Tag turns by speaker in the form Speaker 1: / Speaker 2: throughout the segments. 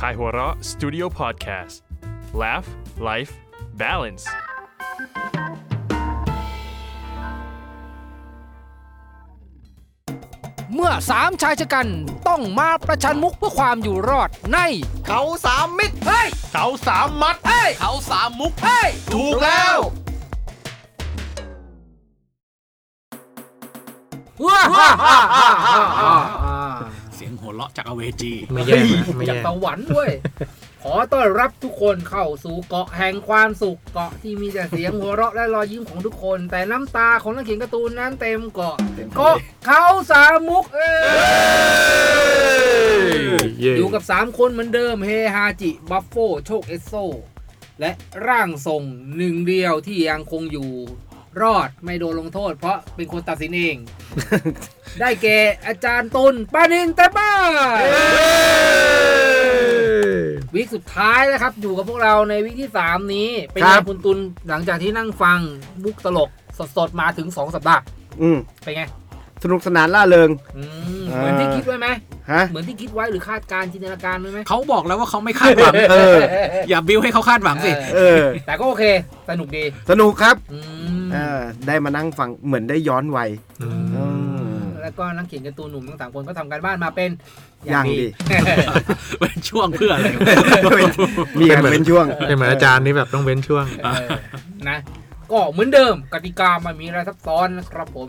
Speaker 1: Kaihura Studio Podcast Laugh Life Balance
Speaker 2: เมื่อสามชายชะกันต้องมาประชันมุกเพื่อความอยู่รอดใน
Speaker 3: เขาสามมิตร
Speaker 2: เฮ้ย
Speaker 1: เสาสามมัด
Speaker 2: เฮ้ย เขาสามมุก เฮ้ย
Speaker 3: ถูกแล้ว
Speaker 2: ว้าฮ่าฮ่าฮ่าฮ่าฮ่า
Speaker 4: เสียงหัวเราะจากอเวจี
Speaker 5: ไม่แย่นะไม่
Speaker 2: จาก
Speaker 5: แย่
Speaker 2: สวรรค์เว้ย ขอต้อนรับทุกคนเข้าสู่เกาะแห่งความสุขเกาะที่มีแต่เสียงหัวเราะและรอยยิ้มของทุกคน แต่น้ำตาของนักเขียนการ์ตูนนั้นเต็มเกาะ
Speaker 3: เต็มทะเล
Speaker 2: เกาะเขาสามมุกเอ้ย
Speaker 5: เย่
Speaker 2: อยู่กับ 3 คนเหมือนเดิมเฮฮาจิบัฟโฟโชคเอสโซ และร่างทรงหนึ่งเดียวที่ยังคงอยู่รอดไม่โดนลงโทษ เพราะเป็นคนตัดสินเอง ได้แก่อาจารย์ตุลปานินเตบ้าวิกสุดท้ายนะครับ อยู่กับพวกเราในวิกที่ 3 นี้ เป็นไงคุณตุลหลังจากที่นั่งฟังบุกตลกสดๆ มาถึง 2 สัปดาห์
Speaker 6: อืม
Speaker 2: เป็นไง
Speaker 6: สนุกสนานล่าเริง
Speaker 2: อืมเหมือนที่คิดไว้ไหม
Speaker 6: ฮะ
Speaker 2: เหมือนที่คิดไว้หรือคาดการณ์จินตนาการไว้ไหม
Speaker 4: เขาบอกแล้วว่าเขาไม่คาดหวัง
Speaker 6: เออ
Speaker 4: อย่าบิ้วให้เขาคาดหวังสิ
Speaker 6: เออ
Speaker 2: แต่ก็โอเคสนุกดี
Speaker 6: สนุกครับ
Speaker 2: อืม
Speaker 6: เออได้มานั่งฟังเหมือนได้ย้อนวัยเออ
Speaker 2: แล้วก็นักเขียนการ์ตูนหนุ่มทั้งสามคนก็ทำการบ้านมาเป็น
Speaker 6: อย่างดี
Speaker 4: เป็นช่วงเพื่ออะไร
Speaker 6: มีกันเป็นช่วง
Speaker 5: เป็นเหมือนอาจารย์นี่แบบต้องเว้นช่วง
Speaker 2: เออ นะ ก็เหมือนเดิมกติกามันมีอะไรซับซ้อนนะครับผม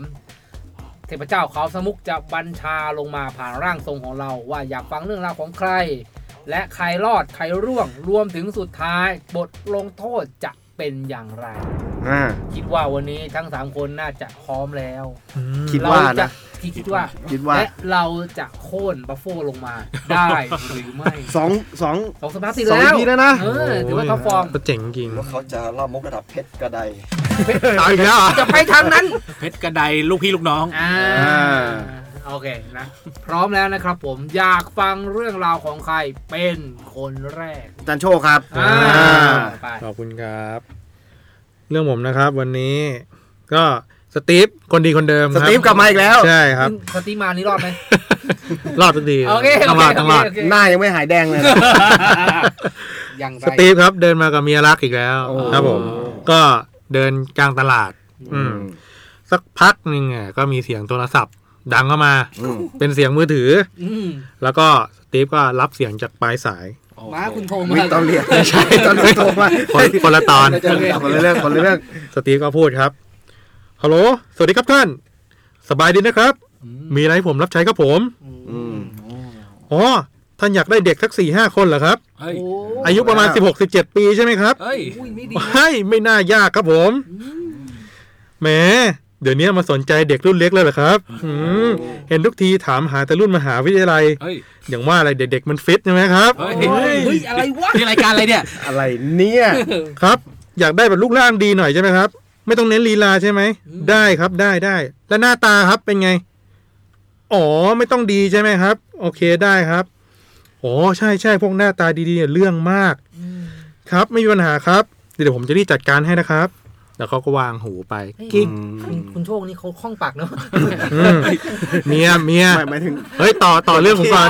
Speaker 2: เทพเจ้าเขาวสมุกจะบัญชาลงมาผ่านร่างทรงของเรา ว่าอยากฟังเรื่องราวของใคร และใครรอดใครร่วงรวมถึงสุดท้าย บทลงโทษจะเป็นอย่างไร
Speaker 6: อ่า
Speaker 2: คิดว่าวันนี้ทั้งสามคนน่าจะพร้อมแล้ว
Speaker 6: คิดว่า
Speaker 2: เรจ
Speaker 6: นะ
Speaker 2: ที่คิดว่า
Speaker 6: คิดว่า
Speaker 2: และเราจะโค่นบัฟโฟลงมาได้ หรือไม่
Speaker 6: สองสอง
Speaker 2: สองสัปดาห์ติด
Speaker 6: สอง
Speaker 2: แล้ว
Speaker 6: ทีแล้วนะ
Speaker 2: เออถือว่าท็อปฟอร์ม
Speaker 5: ก็เจ๋งจริง
Speaker 3: ว่าเขาจะล่ามกระดับเพชรกระได
Speaker 6: เอาอีกแล้วเหรอ
Speaker 2: จะไปทางนั้น
Speaker 4: เพชรกระไดลูกพี่ลูกน้อง
Speaker 2: อ่า
Speaker 6: อ่า
Speaker 2: โอเคนะ พร้อมแล้วนะครับผมอยากฟังเรื่องราวของใครเป็นคนแรก
Speaker 6: อาจารย์โชคครับ
Speaker 2: อ่า
Speaker 6: อ่า
Speaker 2: ไป
Speaker 5: ขอบคุณครับ เรื่องผมนะครับ วันนี้ ก็สตีฟคนดีคนเดิม
Speaker 6: ส
Speaker 5: ครับ
Speaker 6: ตีฟกลับมาอีกแล้ว
Speaker 5: ใช่ครับ
Speaker 2: สติมานี่รอดไหม
Speaker 5: รอดสักที
Speaker 2: โอเค
Speaker 5: ต้
Speaker 2: โอ
Speaker 5: อง
Speaker 2: เค
Speaker 5: รอดต้องรอด
Speaker 2: โอเค
Speaker 6: หน้ายังไม่หายแดงเลย
Speaker 2: อย่างไร
Speaker 5: สตีฟครับเดินมากับเมียรักอีกแล้ว
Speaker 6: โอ้
Speaker 5: ครับผม ก็เดินกลางตลาด
Speaker 6: อืม
Speaker 5: สักพักหนึ่งอ่ะก็มีเสียงโทรศัพท์ ดังเข้ามา
Speaker 6: อืม
Speaker 5: เป็นเสียงมือถือ
Speaker 2: อืม
Speaker 5: แล้วก็สตีฟก็รับเสียงจากปลายสาย
Speaker 2: มาคุณโทร
Speaker 6: ไม่
Speaker 2: มา
Speaker 6: ต้องเรียกไม่ใช่ตอนนี้โทรมา
Speaker 5: คนคนละตอน
Speaker 6: คนละเรื่องคนละเรื่อง
Speaker 5: สตีฟก็พูดครับ ฮัลโหล สวัสดีครับท่าน สบายดีนะครับ มีอะไรให้ผมรับใช้ครับผม
Speaker 6: อืม
Speaker 5: อ๋อ ท่านอยากได้เด็กสักสี่ห้าคนเหรอครับ
Speaker 4: เฮ้ย
Speaker 2: โอ้
Speaker 5: อายุประมาณ
Speaker 6: แล้
Speaker 5: สิบ
Speaker 6: ว
Speaker 5: หกสิบเจ็ดปีใช่ไหมครับ
Speaker 4: เฮ้ย
Speaker 2: อุ้ยไม่ดีนะ
Speaker 5: ไม่ไม่น่ายากครับผม แหม เดี๋ยวนี้มาสนใจเด็กรุ่นเล็กแล้วเหรอครับอืมเห็นทุกทีถามหาแต่รุ่นมหาวิทยาลัย
Speaker 4: เฮ้ย
Speaker 5: อย่างว่าอะไรเด็กๆมันฟิตใช่ไหมครับ
Speaker 4: เฮ้ย
Speaker 2: โอ้ยเฮ้ยอะไรวะ
Speaker 4: นี่รายการอะไรเนี่ย
Speaker 6: อะไรเนี่ย
Speaker 5: ครับ อยากได้แบบลูกร่างดีหน่อยใช่ไหมครับ ไม่ต้องเน้นลีลาใช่ไหม ได้ครับได้ได้ แล้วหน้าตาครับเป็นไง อ๋อไม่ต้องดีใช่ไหมครับ โอเคได้ครับอ๋อใช่ใช่พวกหน้าตาดีๆเนี่ยเรื่องมาก ครับไม่มีปัญหาครับ เดี๋ยวผมจะรีบจัดการให้นะครับ แล้วเขาก็วางหูไปกิ๊ก
Speaker 2: คุณคุณโชคนี่เขาคล่องปากเนอะ
Speaker 5: อืมเมียเมีย
Speaker 6: ไม่หมายถึง
Speaker 5: เฮ้ยต่อต่อเรื่องผมก่อน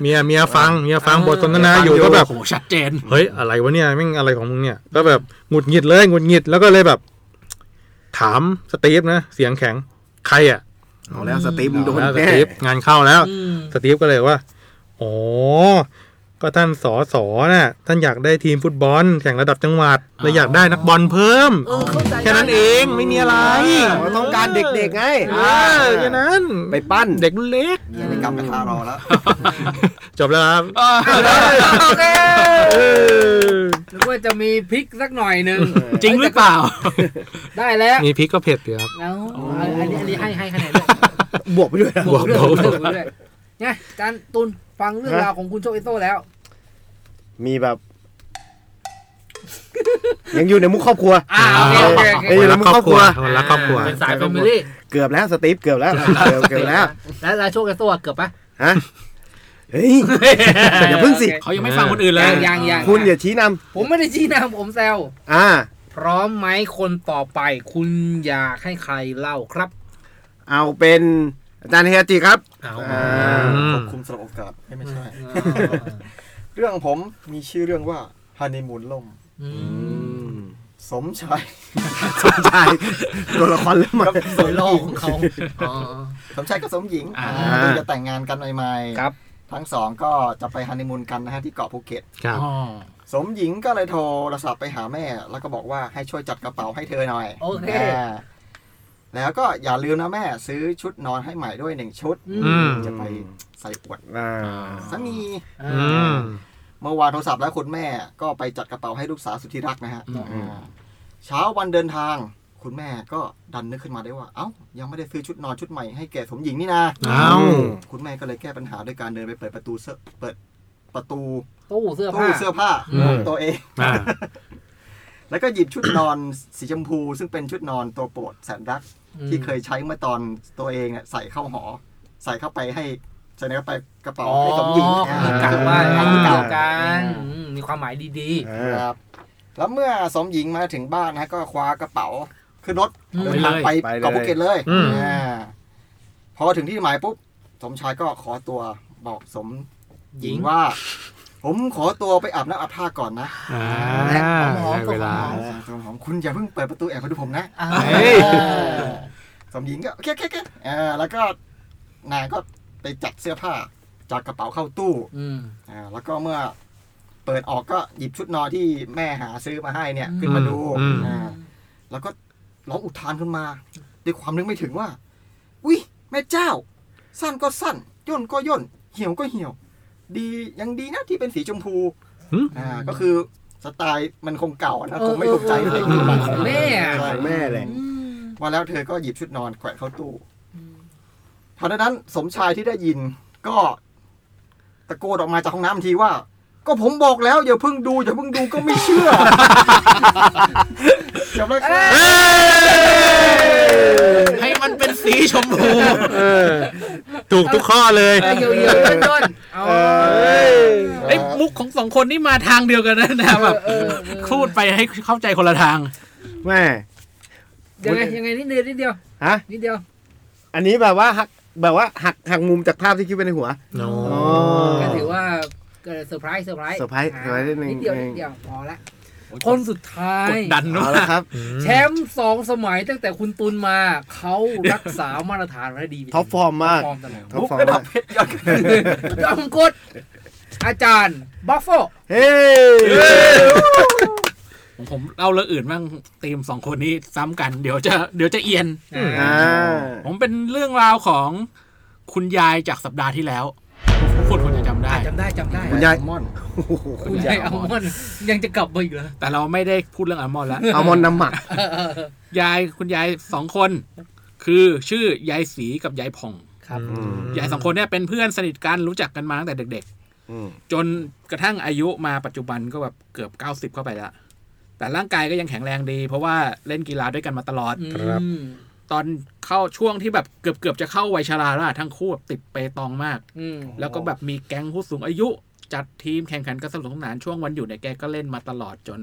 Speaker 5: เมียเมียฟังเมียฟังบทสนทนาอยู่ก็แบบ
Speaker 4: โอ้โห ชัดเจน
Speaker 5: เฮ้ย อะไรวะเนี่ยแม่งอะไรของมึงเนี่ย ก็แบบหงุดหงิดเลยหงุดหงิดแล้วก็เลยแบบ ถามสตีฟนะ เสียงแข็ง ใครอ่ะ
Speaker 6: เอาแล้วสตีฟมึงโดน
Speaker 5: แล้วส
Speaker 6: แน่
Speaker 5: ตีฟงานเข้าแล้ว
Speaker 2: อืม
Speaker 5: สตีฟก็เลยว่าอ๋อก็ท่านสอสอน่ะ ท่านอยากได้ทีมฟุตบอลแข่งระดับจังหวัดและอยากได้นักบอลเพิ่ม
Speaker 2: เออเข้าใจ
Speaker 5: แค่นั้นเองไม่มีอะไร
Speaker 6: เราต้องการเด็กๆไง
Speaker 5: เออแค่นั้น
Speaker 6: ไปปั้น
Speaker 5: เด็กเล็ก
Speaker 3: ยังในกำกระทารอแล้ว
Speaker 5: จบแล้วครับ
Speaker 2: โอเค
Speaker 5: เออ
Speaker 2: นึกว่าจะมีพริกสักหน่อยหนึ่ง
Speaker 4: จริงหรือเปล่า
Speaker 2: ได้แล้ว
Speaker 5: มีพริกก็เผ็ดอยู่ครับ
Speaker 2: แล้วอันนี้อันนี้ให้ให้คะแนนด้วย
Speaker 6: บวกไปด้วยนะ
Speaker 5: บวก
Speaker 2: เรื่องเรื่องเรื่องไงอาจารย์ตุลฟังเรื่องราวของคุณโชคเอโต้แล้ว
Speaker 6: มีแบบ ยังอยู่ในมุกครอบครัว
Speaker 2: อ่าโอเคโอเคโอเค
Speaker 6: เอ้ย แล้วมันครอบครัว
Speaker 5: มันรักครอบครัว
Speaker 2: เป็นสายแฟมิลี่
Speaker 6: เกือบแล้วสตีฟเกือบแล้วเกือบเกือบแล้ว
Speaker 2: แล้วแล้วโชคเอโต้เกือบปะ
Speaker 6: ฮะเฮ้ย อย่าพึ่งสิ
Speaker 4: เขายังไม่ฟังคนอื่นเลย
Speaker 2: ยังยังยัง
Speaker 6: คุณอย่าชี้น
Speaker 2: ผมไม่ได้ชี้นามผมแซว
Speaker 6: ำอ่า
Speaker 2: พร้อมไหมคนต่อไป คุณอยากให้ใครเล่าครับ
Speaker 6: เอาเป็น อาจารย์เฮียจิครับ
Speaker 4: เอา
Speaker 6: อ่า
Speaker 3: ขอบคุณสำหรับโอกาสให้ไม่ใช่
Speaker 2: อ่า
Speaker 3: เรื่องผมมีชื่อเรื่องว่าฮันนีมูนล่ม
Speaker 2: อืม
Speaker 3: สมชาย
Speaker 6: สมชายตัวละครเริ่มมา
Speaker 3: กับ สมหญิง
Speaker 2: อ๋อ
Speaker 3: สมชายกับสมหญิง
Speaker 4: อ่า
Speaker 3: เพิ่งจะแต่งงานกันใหม่ๆ
Speaker 2: ครับ
Speaker 3: ทั้งสองก็จะไปฮันนีมูนกันนะฮะที่เกาะภูเก็ต
Speaker 4: ครับ
Speaker 2: อ๋อ
Speaker 3: สมหญิงก็เลยโทรศัพท์ไปหาแม่ แล้วก็บอกว่าให้ช่วยจัดกระเป๋าให้เธอหน่อย
Speaker 2: โอเค
Speaker 3: าแล้วก็อย่าลืมนะแม่ซื้อชุดนอนให้ใหม่ด้วยหนึ่งชุด
Speaker 2: อืม
Speaker 3: จะไปใส่อวด
Speaker 6: อ่า
Speaker 3: สามี
Speaker 2: อ่า
Speaker 5: อืม
Speaker 3: เมื่อวานโทรศัพท์แล้วคุณแม่ก็ไปจัดกระเป๋าให้ลูกสาวสุดที่รักนะฮะ
Speaker 2: อืม
Speaker 3: อ่าเช้าวันเดินทาง คุณแม่ก็ดันนึกขึ้นมาได้ว่า เอ้า ยังไม่ได้ซื้อชุดนอนชุดใหม่ให้แก่สมหญิงนี่นะ
Speaker 5: เอา
Speaker 3: คุณแม่ก็เลยแก้ปัญหาด้วยการเดินไปเปิดประตูเสื้อเปิดประตู
Speaker 2: ตู้เสื้อผ้า
Speaker 3: ตู้เสื้อผ้า
Speaker 4: อืม
Speaker 3: ของตัวเอง
Speaker 4: อ่า
Speaker 3: แล้วก็หยิบชุดนอน สีชมพูซึ่งเป็นชุดนอนตัวโปรดแสนรัก ที่เคยใช้เมื่อตอนตัวเองอะใส่เข้าหอ ใส่เข้าไปให้ใส่เข้าไปกระเป๋าให้สมหญิง
Speaker 2: อ๋อ
Speaker 3: อ่า
Speaker 2: คือกะว่าให้เก่ากันอืมมีความหมายดี
Speaker 6: อ่า
Speaker 3: ครับ แล้วเมื่อสมหญิงมาถึงบ้านนะก็คว้ากระเป๋าขึ้นรถ
Speaker 2: ๆอืม
Speaker 3: เดินทางไปเกาะภูเก็ตเลย
Speaker 5: อืม
Speaker 3: อ่าพอถึงที่หมายปุ๊บ สมชายก็ขอตัวบอกสมหญิงว่า ผมขอตัวไปอาบน้ำอาบท่าก่อนนะ
Speaker 4: อ่า
Speaker 6: และ
Speaker 4: ได้เวลา
Speaker 3: สมหอมคุณอย่าเพิ่งเปิดประตูแอบมาดูผมนะ
Speaker 2: อ่า
Speaker 4: เฮ้ย
Speaker 3: เออสมหญิงก็โอเคโอเคโอเคอ่าแล้วก็นางก็ไปจัดเสื้อผ้าจากกระเป๋าเข้าตู้
Speaker 2: อืม
Speaker 3: อ่าแล้วก็เมื่อเปิดออกก็หยิบชุดนอนที่แม่หาซื้อมาให้เนี่ย ขึ้นมาดู
Speaker 5: อืม
Speaker 3: อ่า แล้วก็ร้องอุทานขึ้นมาด้วยความนึกไม่ถึงว่า อุ้ยแม่เจ้า สั้นก็สั้น ย่นก็ย่น เหี่ยวก็เหี่ยว ดียังดีนะที่เป็นสีชมพู
Speaker 5: หึ
Speaker 3: อ่าก็คือสไตล์มันคงเก่านะคงไม่ถูกใจ
Speaker 2: เออ
Speaker 3: เด็ก
Speaker 2: เออเออ
Speaker 3: ของ
Speaker 2: แม่อะ
Speaker 3: ใช่
Speaker 6: ของแม่แหละ
Speaker 2: อืม
Speaker 3: ว่าแล้วเธอก็หยิบชุดนอนแขวนเข้าตู้ทันใดนั้นสมชายที่ได้ยินก็ตะโกนออกมาจากห้องน้ำทันทีว่า ก็ผมบอกแล้วอย่าเพิ่งดูอย่าเพิ่งดูก็ไม่เชื่อ จบแล้วครับ
Speaker 4: ให้มันเป็นสีชมพู
Speaker 5: เออ ถูกทุกข้อเลย
Speaker 2: เหี่ยวเหี่ยวๆย่นๆเอา
Speaker 4: ไอ้ยมุกของสองคนนี่มาทางเดียวกันนะนะแบบ
Speaker 2: เออ
Speaker 4: พูดไปให้เข้าใจคนละทาง
Speaker 6: แม่
Speaker 2: ยังไงยังไงนิดเดียวนิดเดียว
Speaker 6: ฮะ
Speaker 2: นิดเดียว
Speaker 6: อันนี้แบบว่าหักแบบว่าหักหักมุมจากภาพที่คิดไปในหัว อ๋อ
Speaker 2: ก็ถือว่าเกิดเซอร์ไพรส์เซอร์ไพรส์
Speaker 6: เซอร์ไพรส์เซอร์ไพรส์นิดนึง
Speaker 2: นิดเดียวนิดเดียวพอละคนสุดท้าก ย
Speaker 4: ดดัน
Speaker 6: เอา
Speaker 4: มาก
Speaker 6: ละครับ
Speaker 2: แชมป์สองสมัยตั้งแต่คุณตุนมา เขารักษามาตรฐานไว้ดี
Speaker 6: ท็อปฟอร์มมาก
Speaker 2: ฟอร์มตลอด
Speaker 6: ท็อปฟอร์มมาก
Speaker 2: ยอมกด อาจารย์บัฟโฟ
Speaker 6: เฮ้ย
Speaker 4: ผมผมเล่าเรื่องอื่นบ้างธีมสองคนนี้ซ้ำกันเดี๋ยวจะเดี๋ยวจะเอียน
Speaker 6: อ่า
Speaker 4: ผมเป็นเรื่องราวของคุณยายจากสัปดาห์ที่แล้วคุณคุณจะจำได้
Speaker 2: จำได้จำได้
Speaker 6: คุณยาย
Speaker 3: ม่อน
Speaker 6: โอ้โห
Speaker 2: คุณยายอัลมอนด์ยังจะกลับมาอีกเหรอ
Speaker 4: แต่เราไม่ได้พูดเรื่องอัลมอนด์แล้ว
Speaker 6: เอามอนน้ำหมัก
Speaker 4: ยายคุณยายสองคน คือชื่อยายสีกับยายผ่อง
Speaker 2: ครับ
Speaker 4: ยายสองคนเนี่ยเป็นเพื่อนสนิทกันรู้จักกันมาตั้งแต่เด็ก ๆ จนกระทั่งอายุมาปัจจุบันก็แบบเกือบ 90 เข้าไปละแต่ร่างกายก็ยังแข็งแรงดี เพราะว่าเล่นกีฬาด้วยกันมาตลอด
Speaker 5: ครับ
Speaker 2: อืม
Speaker 4: ตอนเข้าช่วงที่แบบเกือบเกือบๆจะเข้าวัยชราแล้วอะทั้งคู่แบบติดเปตองมาก
Speaker 2: อืม
Speaker 4: แล้วก็แบบมีแก๊งผู้สูงอายุ จัดทีมแข่งขันกันสนุกสนานช่วงวันอยู่เนี่ยแกก็เล่นมาตลอดจน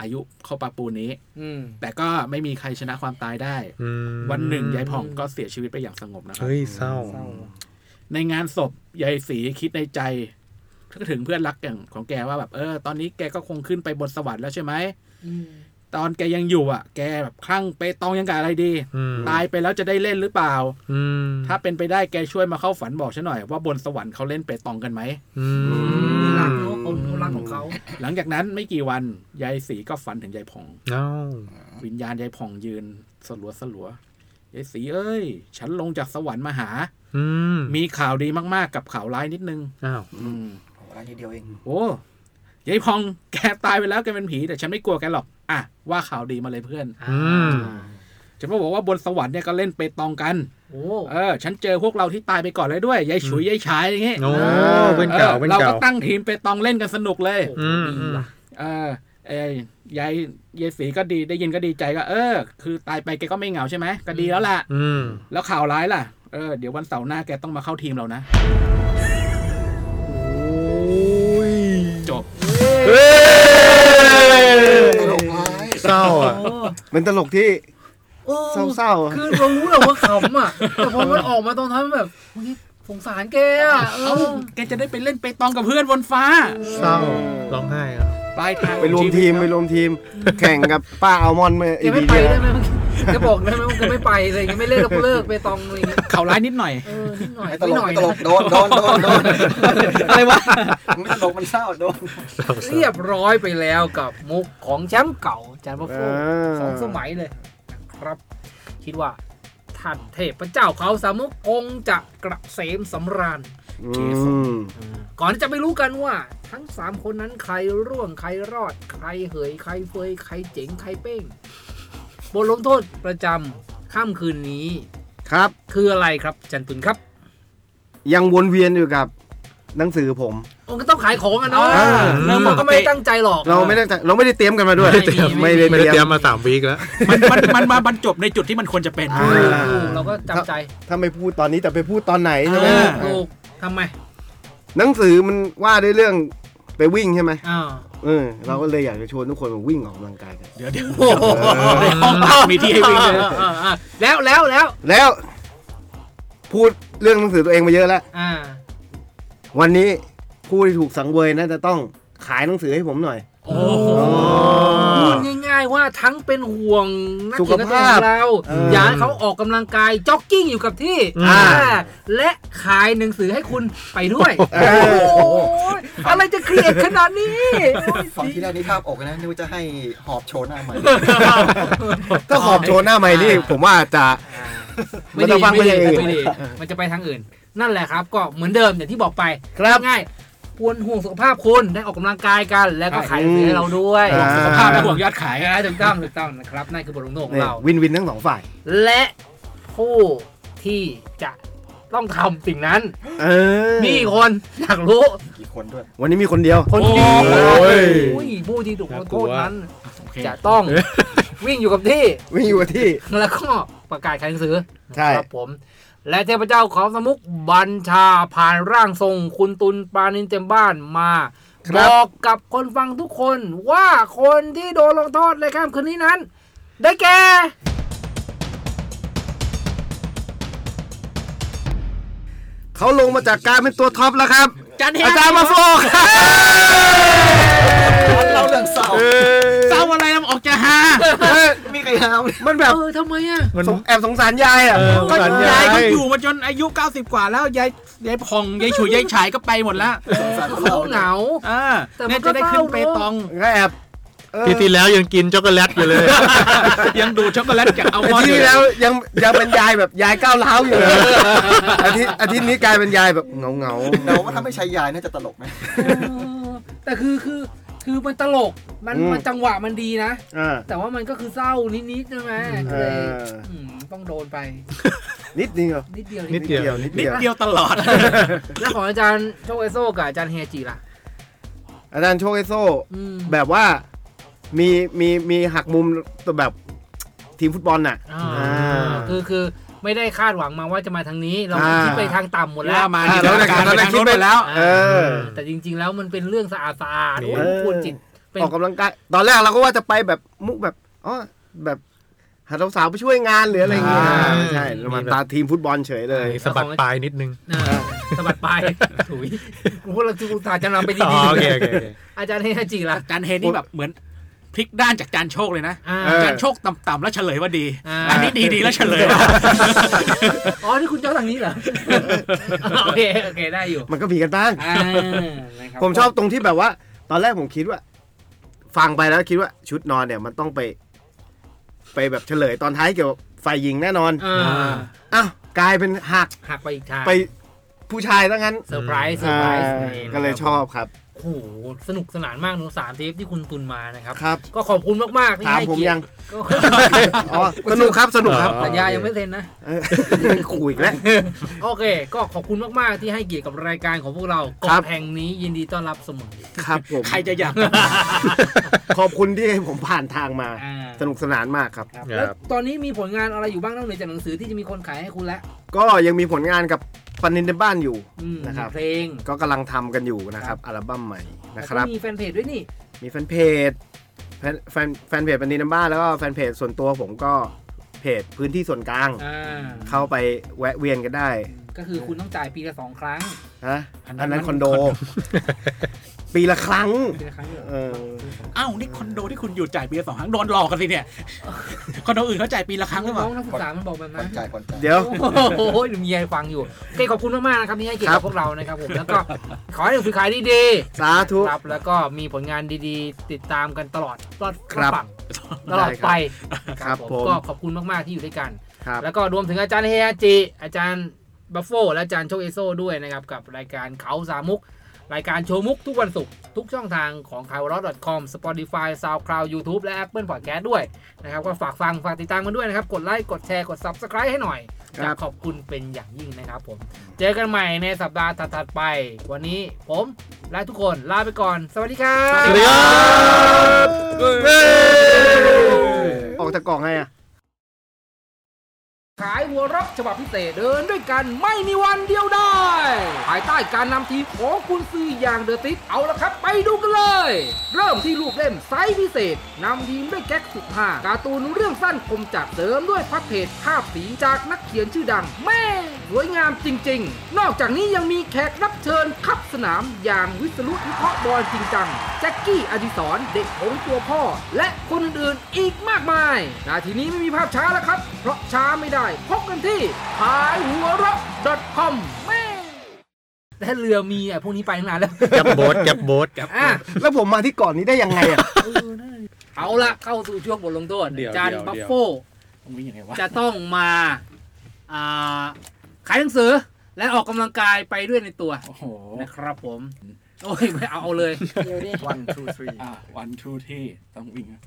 Speaker 4: อายุเข้าปาปูนี้
Speaker 2: อืม
Speaker 4: แต่ก็ไม่มีใครชนะความตายได้ วันหนึ่งยายผ่องก็เสียชีวิตไปอย่างสงบนะครับ
Speaker 5: เฮ้ยเศร้า
Speaker 2: เศร้า
Speaker 4: ในงานศพยายศรีคิดในใจก็ถึงเพื่อนรักอย่างของแกว่าแบบเออ ตอนนี้แกก็คงขึ้นไปบนสวรรค์แล้วใช่ไหม
Speaker 2: อืม
Speaker 4: ตอนแกยังอยู่อ่ะ แกแบบคลั่งไปตองยังกับอะไรดี
Speaker 5: อืม
Speaker 4: ตายไปแล้วจะได้เล่นหรือเปล่า
Speaker 5: อืม
Speaker 4: ถ้าเป็นไปได้แกช่วยมาเข้าฝันบอกฉันหน่อยว่าบนสวรรค์เขาเล่นเปตองกันไหม
Speaker 5: อืม
Speaker 2: รักเนอะคนเขารักของเขา
Speaker 4: หลังจากนั้นไม่กี่วันยายศรีก็ฝันถึงยายผ่อง
Speaker 5: เอ้า
Speaker 4: วิญญาณยายผ่องยืนสลัวสลัวยายศรีเอ้ย ฉันลงจากสวรรค์มาหา
Speaker 5: อืม
Speaker 4: มีข่าวดีมากๆ กับข่าวร้ายนิดนึง
Speaker 5: อ้าว
Speaker 4: อืม
Speaker 3: ร้านนี้เดียวเอง
Speaker 4: โอ้ยายพองแกตายไปแล้วแกเป็นผี แต่ฉันไม่กลัวแกหรอก อ่ะ ว่าข่าวดีมาเลยเพื่อน
Speaker 5: อืม
Speaker 4: ฉันก็บอกว่าบนสวรรค์เนี่ยก็เล่นเปตองกัน
Speaker 2: โอ้
Speaker 4: เออ ฉันเจอพวกเราที่ตายไปก่อนเลยด้วย ยายฉุยยายฉายอย่างเงี้ย
Speaker 5: โอ้เป็นเก่าเป็น
Speaker 4: เรา
Speaker 5: เก่า
Speaker 4: ก็ตั้งทีมเปตองเล่นกันสนุกเลย
Speaker 5: อืมอืม
Speaker 4: เออเอ้ยยายยายสีก็ดีได้ยินก็ดีใจก็ เออ คือตายไปแกก็ไม่เหงาใช่ไหมก็ดีแล้วล่ะ
Speaker 5: อืม
Speaker 4: แล้วข่าวร้ายล่ะ เออ เดี๋ยววันเสาร์หน้าแกต้องมาเข้าทีมเรานะ จบ
Speaker 5: เฮ้ย
Speaker 3: ตลกร้าย
Speaker 5: เศร้าอ่ะ
Speaker 2: โอ้
Speaker 6: มันตลกที่ โอ้เศร้าๆ
Speaker 2: คือเรารู้แหละว่าขำอ่ะ แต่พอมันออกมาตอนท้ายมันแบบเฮ้ยสงสารแกอ่ะเอ
Speaker 4: เอ้า
Speaker 2: อ
Speaker 4: แกจะได้ไปเล่นไปตองกับเพื่อนบนฟ้า
Speaker 5: เศร้าร้องไห้ครับ
Speaker 4: ปลายทาง
Speaker 6: ไปรวมทีมไปรวมทีม แข่งกับป้าอัลมอนด์เมื่อ
Speaker 2: แก
Speaker 6: อี
Speaker 2: ไม่
Speaker 6: พี
Speaker 2: ไป
Speaker 6: ที่แล้
Speaker 2: ได้
Speaker 6: ว
Speaker 2: ไหมแกบอกได้ไหมว่าแกไม่ไปอะไรอย่างเงี้ยไม่เล่นแล้วกูเลิกไปตองอะไรอย่างเงี้ย
Speaker 4: เขาร้ายนิดหน่อย
Speaker 2: เออนิดหน่อยไม่
Speaker 3: ไม่ต
Speaker 2: ห
Speaker 3: ลก
Speaker 2: น่อย
Speaker 3: ไม่ตลกโดนโดนโดนโดน
Speaker 4: อะไรวะ
Speaker 3: ไม่ตลกมันเศร้าโดน
Speaker 2: เรียบร้อยไปแล้วกับมุกของแชมป์เก่าจานพระ
Speaker 6: เอ
Speaker 2: โฟร์
Speaker 6: อ
Speaker 2: สองสมัยเลยนะครับ คิดว่า ท่านเทพเจ้าเขาสามุกองค์จะกระเสมสำราญ
Speaker 6: อืม
Speaker 2: ก่อนที่จะไปรู้กันว่า ทั้งสามคนนั้นใครร่วงใครรอด ใครเหยใครเฟยใครเจ๋งใครเป้งบทลงโทษประจำค่ำคืนนี้
Speaker 6: ครับ
Speaker 2: คืออะไรครับจันตุนครับ
Speaker 6: ยังวนเวียนอยู่กับหนังสือผม
Speaker 2: องค์ก็ต้องขายของอะเนาะ
Speaker 6: อ่า
Speaker 4: เรื่องปกติ
Speaker 2: เราก็ไม่ได้ตั้งใจหรอก
Speaker 6: เราไม่ได้เราไม่ได้เตรียมกันมาด้วย
Speaker 5: ไม่ได้เตรียม
Speaker 6: ไม่ได้
Speaker 5: ไม่ได้
Speaker 6: เตรี
Speaker 5: เตรี
Speaker 6: ย
Speaker 5: ย
Speaker 6: ม
Speaker 5: มมาสามวีคแล้ว
Speaker 4: มันมันมันมาบรรจบในจุดที่มันควรจะเป็น
Speaker 6: อ่า
Speaker 2: เราก็จำใจ
Speaker 6: ถ้าไม่พูดตอนนี้จะไปพูดตอนไหนใช่ไหม
Speaker 4: อ่า
Speaker 2: ถูกทำไม
Speaker 6: หนังสือมันว่าด้วยเรื่องไปวิ่งใช่ไหม
Speaker 2: อ้าว
Speaker 6: เออเราก็เลยอยากจะชวนทุกคนมาวิ่งออกกำลังกายกัน
Speaker 4: เดี๋ยวเดี๋ยวในห้องพักมีที่ให้วิ่งเลย
Speaker 2: อ่าอ่าแล้วแล้วแล้ว
Speaker 6: แล้วพูดเรื่องหนังสือตัวเองมาเยอะแล้ว
Speaker 2: อ่า
Speaker 6: วันนี้ผู้ที่ถูกสังเวยน่าจะต้องขายหนังสือให้ผมหน่อย
Speaker 2: โอ้โหพูดง่ายๆว่าทั้งเป็นห่วงนัก
Speaker 6: สุ
Speaker 2: เขีย
Speaker 6: ข
Speaker 2: นการ์ตูนของ
Speaker 6: ภาพ
Speaker 2: เรา
Speaker 6: เออ
Speaker 2: อ
Speaker 6: อ
Speaker 2: ยากให้เขาออกกำลังกายจ็อกกิ้งอยู่กับที่
Speaker 5: อ่า
Speaker 2: อ่าและขายหนังสือให้คุณไปด้วย
Speaker 6: เอ
Speaker 2: โอ้
Speaker 6: อ
Speaker 2: โหอะไรจะเครียดขนาดนี้
Speaker 3: ฝั่งที่ได้นี่ภาพออกนะนึกว่าจะให้หอบโชว์หน้าใหม่
Speaker 6: ถ้าขอบโชว์หน้าไม่นี่ผมว่าจะ ไม่
Speaker 2: ไม่ดี
Speaker 6: ต้องฟัง
Speaker 2: ไม่ดี
Speaker 6: คนอื่น
Speaker 2: ไม่ดีมันจะไปทางอื่น นั่นแหละครับ ก็เหมือนเดิมอย่างที่บอกไป
Speaker 6: ครับ
Speaker 2: ง่ายๆควรห่วงสุขภาพคุณได้ออกกำลังกายกัน แล้วก็ขายหนังสือให้เราด้วย
Speaker 6: อ่า
Speaker 4: สุขภาพและห่วงยอดขายนะ
Speaker 2: อ่าถูกต้องถูกต้องนะครับนั่นคือบทลงโทษของ
Speaker 6: เนี่ย
Speaker 2: เรา
Speaker 6: วินวินทั้งสองฝ่าย
Speaker 2: และผู้ที่จะต้องทำสิ่งนั้น
Speaker 6: เออ
Speaker 2: มีกี่คนอยากรู้
Speaker 3: กี่คนด้วย
Speaker 6: วันนี้มีคนเดียว
Speaker 2: คนที่
Speaker 4: โอ้โห
Speaker 2: ผู้หญิงผู้ที่ถูกลงโทษนั้น
Speaker 4: โอเค
Speaker 2: จะต้องวิ่งอยู่กับที่
Speaker 6: วิ่งอยู่กับที่
Speaker 2: แล้วก็ประกาศขายหนังสือ
Speaker 6: ใช่
Speaker 2: ครับผม และเทพเจ้าของสมุกบัญชาผ่านร่างทรงคุณตุลปานินเต็มบ้านมาบอกกับคนฟังทุกคนว่าคนที่โดนลงโทษในค่ำคืนนี้นั้น ได้แก่
Speaker 6: เขาลงมาจากการเป็นตัวท็อปแล้วครับ
Speaker 4: จันเฮ
Speaker 6: อาจารย์มาโฟกครับ
Speaker 3: เราเรื่องเศร้า
Speaker 4: เศร้าอะไรนะออกจะฮา
Speaker 3: มีใครห้าม
Speaker 6: มันแบบ
Speaker 2: เออทำไมอ่ะ
Speaker 5: มัน
Speaker 6: สงแอบสงสารยายอ่ะ
Speaker 5: เออ
Speaker 4: ก็
Speaker 5: สงสา
Speaker 4: ยาย
Speaker 5: ราย
Speaker 4: ยก็อยู่มาจนอายุ 90 กว่าแล้วยายยายพองยายฉุยยายฉายก็ไปหมดแล้ว
Speaker 2: เขาเหงา
Speaker 4: อ่า
Speaker 2: แต่มัน
Speaker 4: เนี่ยจะได้ขึ้น
Speaker 2: ก็เศร้าเนอะ
Speaker 4: เปตอง
Speaker 6: ก็แอบเออ
Speaker 5: ปีที่แล้วยังกินช็อกโกแลตอยู่เลย
Speaker 4: ยังดูช็อกโกแลตจากอัลม
Speaker 6: อา
Speaker 4: อน
Speaker 6: ทิตย์
Speaker 4: ด์
Speaker 6: ที่ แล้วยังยังเป็นยายแบบยายก้าวร้าวอยู่เลยอาทิตย์อาทิตย์นี้กลายเป็นยายแบบเงาเงาๆ
Speaker 3: เราว่าถ้าไม่ใช้ยายน่าจะตลกไหม
Speaker 2: เออแต่คือคือคือมันตลกมัน
Speaker 6: อืม
Speaker 2: มันจังหวะมันดีนะ
Speaker 6: อ่า
Speaker 2: แต่ว่ามันก็คือเศร้านิดๆใช่ไหมก็เลย
Speaker 6: เออ
Speaker 2: อืมต้องโดนไป
Speaker 6: นิดเดียว
Speaker 2: นิดเดียว
Speaker 5: นิดเดียว
Speaker 6: นิด
Speaker 4: นิ
Speaker 6: เดี
Speaker 4: ด
Speaker 6: ยว
Speaker 4: เดียวตลอด
Speaker 2: แล้วของอาจารย์โชคเอโซกับอาจารย์เฮจิล่ะ
Speaker 6: อาจารย์โชคไอโซ
Speaker 2: อืม
Speaker 6: แบบว่ามีมีมีหักมุมตัวแบบทีมฟุตบอลน่ะ
Speaker 2: อ่า
Speaker 6: อ่า
Speaker 2: คือคือไม่ได้คาดหวังมาว่าจะมาทางนี้ เรา
Speaker 6: อ่า
Speaker 2: คิดไปทางต่ำหมดแล้ว
Speaker 4: ว่ามา
Speaker 6: อ่ะ
Speaker 4: ที่
Speaker 6: แล้ว
Speaker 4: ทางการ
Speaker 6: แล้ว
Speaker 4: ไป
Speaker 6: แต่
Speaker 4: ทาง
Speaker 6: คิด
Speaker 4: โน้น
Speaker 6: ไป
Speaker 4: ไปแล้ว
Speaker 6: เออ
Speaker 2: แต่จริง ๆ แล้วมันเป็นเรื่องสะอาดสะอาดๆโอ้ย
Speaker 6: เออ
Speaker 2: ควรจิต เป็น
Speaker 6: ออกกำลังกายตอนแรกเราก็ว่าจะไปแบบมุกแบบอ๋อแบบหาสาวๆไปช่วยงานหรืออะไรอย่างเงี้ย
Speaker 5: อ่า
Speaker 6: ใช่เรามาตาทีมฟุตบอลเฉยเลย
Speaker 5: สะบัดปลายนิดนึง
Speaker 2: เออสะบัดไปถุยกูว่าเราจะอุตส่าห์จะนำไป
Speaker 5: อ๋อ
Speaker 2: ดี
Speaker 5: โอเคโอเคโอเค
Speaker 2: ๆอาจารย์เฮจิล่ะ
Speaker 4: จานเฮนี่แบบเหมือนพลิกด้านจากจานโชคเลยนะ
Speaker 2: อ่า
Speaker 6: เออ
Speaker 4: จานโชคต่ำๆแล้วเฉลยว่าดี
Speaker 2: อ่า
Speaker 4: อันนี้ดีดีๆแล้วเฉลยว่า
Speaker 2: อ๋อ นี่คุณเจ้าทาง นี้เหรอ โอเค โอเค ได้อยู่
Speaker 6: มันก็มีกันบ้าง
Speaker 2: อ่านะครับ
Speaker 6: ผมชอบตรงที่แบบว่า ตอนแรกผมคิดว่า ฟังไปแล้วคิดว่าชุดนอนเนี่ยมันต้องไป ไปแบบเฉลยตอนท้ายเกี่ยวกับฝ่ายหญิงแน่นอน
Speaker 2: อ่า
Speaker 6: อ้าวกลายเป็นหัก
Speaker 2: หักไปอีกทาง
Speaker 6: ไปผู้ชายซะงั้น
Speaker 2: เซอร์ไพรส์เซอ
Speaker 6: อ่า
Speaker 2: ร์ไพรส์
Speaker 6: ก็เลยชอบครับ
Speaker 2: โอ้โห สนุกสนานมากหนูสามเทปที่คุณตุนมานะครับ
Speaker 6: ครับ
Speaker 2: ก็ขอบคุณมาก ๆ ที่
Speaker 6: ถาม
Speaker 2: ให้
Speaker 6: ผม
Speaker 2: เกีย
Speaker 6: ยั
Speaker 2: ร
Speaker 6: ง
Speaker 2: ติก็
Speaker 6: อ๋อ สนุกครับ สนุกครับ
Speaker 2: สัญญายังไม่เซ็น นะ
Speaker 6: เอ อขู่อีกแล้ว
Speaker 2: โอเค ก็ขอบคุณมาก ๆ ที่ให้เกียรติกับรายการของพวกเรา
Speaker 6: ค
Speaker 2: เก
Speaker 6: รั
Speaker 2: อบ บแห่งนี้ยินดีต้อนรับเสมอ
Speaker 6: ครับผม
Speaker 4: ใครจะอยากกลับมา
Speaker 6: ขอบคุณที่ให้ผมผ่านทางมา
Speaker 2: อ่า
Speaker 6: สนุกสนานมากครับ
Speaker 2: ครับ
Speaker 5: ครับ
Speaker 2: แล้วตอนนี้มีผลงานอะไรอยู่บ้างนอกเหนือจากหนังสือที่จะมีคนขายให้คุณแล้ว
Speaker 6: ก็ยังมีผลงานกับปันนินในบ้านอยู่
Speaker 2: อืม
Speaker 6: นะครับ
Speaker 2: มีเพลง
Speaker 6: ก็กำลังทำกันอยู่นะครับ อัลบั้มใหม่
Speaker 2: แล้ว
Speaker 6: นะค
Speaker 2: ก็
Speaker 6: รับ
Speaker 2: มีแฟนเพจด้วยนี่
Speaker 6: มีแฟนเพจแฟนแฟนแฟนเพจปันนินในบ้านแล้วก็แฟนเพจส่วนตัวผมก็ เพจพื้นที่ส่วนกลาง
Speaker 2: อ่า
Speaker 6: เข้าไปแวะเวียนกันได้
Speaker 2: ก็คือคุณต้องจ่ายปีละสองครั้ง
Speaker 6: ฮะ
Speaker 4: อันนั้น
Speaker 6: อันนั้น
Speaker 4: มัน
Speaker 6: คอนโด ปีละครั้ง
Speaker 2: ปีละครั้งเดียว
Speaker 6: เออ
Speaker 4: อ้าวนี่คอนโดที่คุณอยู่จ่ายปีละสองครั้งโดนหลอกกันสิเนี่ย คอนโดอื่นเขาจ่ายปีละครั้งหรือเป
Speaker 2: น้อ
Speaker 4: ล่า
Speaker 2: งนักศึกษามันบอกแบบ
Speaker 3: ก่อ
Speaker 2: นั้น น
Speaker 3: จ่ายก่อนจ่าย
Speaker 6: เดี๋ยว
Speaker 2: โอ้โหหนุ่มเมียฟังอยู่โอเคขอบคุณมาก ๆ นะครับที่ให้เกียรติกับพวกเรานะครับผม แล้วก็ขอให้หนังสือขายดี
Speaker 6: สาธุ
Speaker 2: ครับ แล้วก็มีผลงานดีๆ ติดตามกันตลอดรอด
Speaker 6: ครับ
Speaker 2: ฝั่งตลอดไป
Speaker 6: ครับผม
Speaker 2: ก็ขอบคุณมาก ๆ ที่อยู่ด้วยกัน
Speaker 6: ครับ
Speaker 2: แล้วก็รวมถึงอาจารย์เฮฮาจิ อาจารย์บัฟโฟและอาจารย์โชคเอโซด้วยนะครับ กับรายการเขาสามมุก รายการโชว์มุกทุกวันศุกร์ทุกช่องทางของ k a w a r o c o m Spotify SoundCloud YouTube และ Apple Podcast ด้วยนะครับ ก็ฝากฟัง ฝากติดตามกันด้วยนะครับ กดไลค์ กดแชร์ กด Subscribe ให้หน่อย
Speaker 6: ครั
Speaker 2: จะ
Speaker 6: บ
Speaker 2: ขอบคุณเป็นอย่างยิ่งนะครับผม เจอกันใหม่ในสัปดาห์ถัดๆไป วันนี้ผมและทุกคนลาไปก่อน สวัสดีครับ
Speaker 5: สวัสดีครับเย้
Speaker 6: ออกจากกล่องให้อ่ะ
Speaker 2: ขายหัวเรักฉบับพิเศษเดินด้วยกันไม่มีวันเดียวได้ ภายใต้การนำทีมของคุณซื้ออย่างเดอะติกเอาละครับ ไปดูกันเลย เริ่มที่รูปเล่มไซส์พิเศษนำทีมด้วยแก๊กสุดหาการ์ตูนเรื่องสั้นคมจัดเสริมด้วยพับเพจภาพสีจากนักเขียนชื่อดัง แม่สวยงามจริง ๆ นอกจากนี้ยังมีแขกรับเชิญขับสนามอย่างวิศรุวิเคราะห์บอลจริงจังแจ็คกี้อดิศรเด็กหงส์ตัวพ่อ และคนอื่นๆอีกมากมายนาทีนี้ไม่มีภาพช้าแล้วครับ เพราะช้าไม่ได้ พบกันที่ขายหัวเรา .com แม่แต่เรือมีอ่ะพวกนี้ไปตั้งนานแล้ว
Speaker 5: แก็บโบทแก็บโบท
Speaker 2: อ่ะ
Speaker 6: แล้วผมมาที่ก่อนนี้ได้ยังไงอ่ะ
Speaker 2: เอาละเข้าสู่ช่วงบทลงโทษ
Speaker 4: เดี๋ยว
Speaker 2: จาน
Speaker 4: เดี๋ยว
Speaker 2: บัฟ
Speaker 4: เดี๋ยว
Speaker 2: โฟ
Speaker 4: มีอย่างไรวะ
Speaker 2: จะต้องมาอ่าขายหนังสือและออกกำลังกายไปด้วยในตัว
Speaker 4: โอ้โห
Speaker 2: นะครับผม โอ้ยไม่เอาเอาเลย
Speaker 3: one two three
Speaker 4: อ่าวันทูที่ต้องวิ่งนะ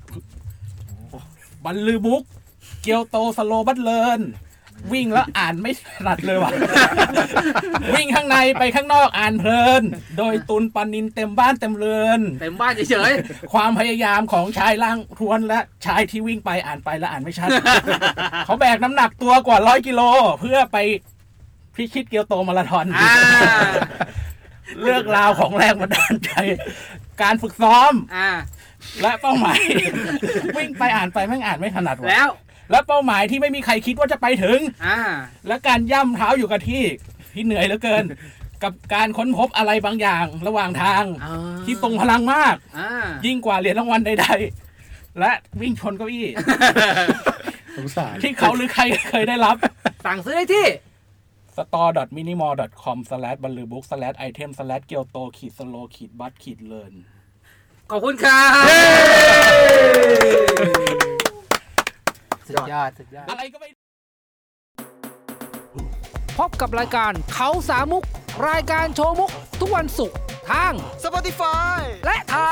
Speaker 4: บันลือบุ๊ก เกียวโตสโลบัตเลิน วิ่งแล้วอ่านไม่ถนัดเลยว่ะ วิ่งข้างในไปข้างนอกอ่านเพลิน โดยตุนปันนินเต็มบ้านเต็มเรือน
Speaker 2: เต็มบ้านเฉย
Speaker 4: ความพยายามของชายร่างทวนและชายที่วิ่งไปอ่านไปและอ่านไม่ชัด เขาแบกน้ำหนักตัวกว่าร้อยกิโล เพื่อไปพิชิตเกียวโตมาราธอน
Speaker 2: ๆอ่า
Speaker 4: เรื่องราวของแรงบันดาลใจ การฝึกซ้อม
Speaker 2: อ่า
Speaker 4: และเป้าหมาย วิ่งไปอ่านไปแม่งอ่านไม่ถนัด
Speaker 2: แล้ว
Speaker 4: และเป้าหมายที่ไม่มีใครคิดว่าจะไปถึง
Speaker 2: อ่า
Speaker 4: และการย่ำเท้าอยู่กับที่ที่เหนื่อยเหลือเกิน กับการค้นพบอะไรบางอย่างระหว่างทาง
Speaker 2: อ่า
Speaker 4: ที่ทรงพลังมาก
Speaker 2: อ่า
Speaker 4: ยิ่งกว่าเหรียญรางวัลใดๆ และวิ่งชนเก้า อี้
Speaker 6: สงสาร
Speaker 4: ที่เขาหรือใครเคยได้รับ
Speaker 2: สั่งซื้อได้ที่
Speaker 4: store.minimal.com/balloonbook/item/kyoto-slow-bud-learn
Speaker 2: ขอบคุณครับสุดยอดสุดยอด
Speaker 4: อะไรก็ไม่
Speaker 2: พบกับรายการเขาสามมุก รายการโชว์มุก ทุกวันศุกร์ทาง
Speaker 3: Spotify
Speaker 2: และทาง